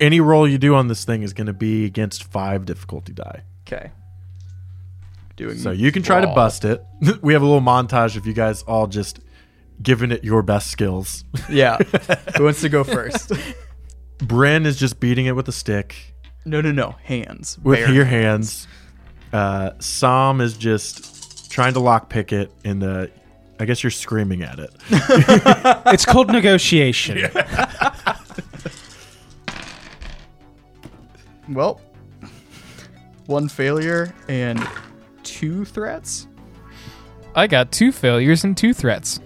Speaker 1: Any roll you do on this thing is going to be against five difficulty die.
Speaker 2: Okay. Doing
Speaker 1: So you can try to
Speaker 2: Wow.
Speaker 1: bust it. we have a little montage of you guys all just giving it your best skills.
Speaker 2: Yeah. Who wants to go first?
Speaker 1: Bryn is just beating it with a stick
Speaker 2: no, no, no. Hands.
Speaker 1: with
Speaker 2: Bare
Speaker 1: your hands. Uh, Sam is just trying to lockpick it, and the I guess you're screaming at it.
Speaker 3: it's called negotiation.
Speaker 2: Well, one failure and two threats.
Speaker 4: I got two failures and two threats.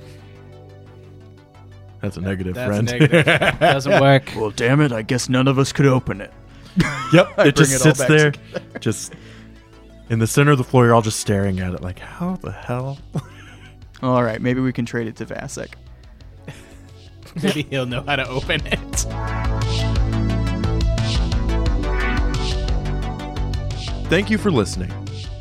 Speaker 1: That's a negative,
Speaker 4: That's
Speaker 1: friend.
Speaker 4: negative.
Speaker 3: Doesn't work.
Speaker 2: Well, damn it! I guess none of us could open it.
Speaker 1: yep, it
Speaker 2: it
Speaker 1: just
Speaker 2: all
Speaker 1: sits
Speaker 2: back
Speaker 1: there, just in the center of the floor. You're all just staring at it, like how the hell.
Speaker 2: All right, maybe we can trade it to Vasek.
Speaker 3: Maybe he'll know how to open it.
Speaker 5: Thank you for listening.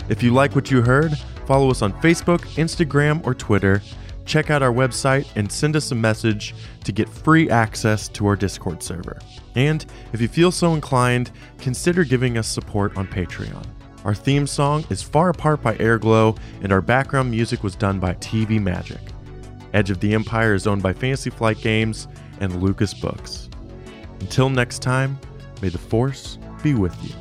Speaker 5: If you like what you heard, follow us on Facebook, Instagram, or Twitter. Check out our website and send us a message to get free access to our Discord server. And if you feel so inclined, consider giving us support on Patreon. Our theme song is Far Apart by Airglow, and our background music was done by TV Magic. Edge of the Empire is owned by Fantasy Flight Games and Lucas Books. Until next time, may the Force be with you.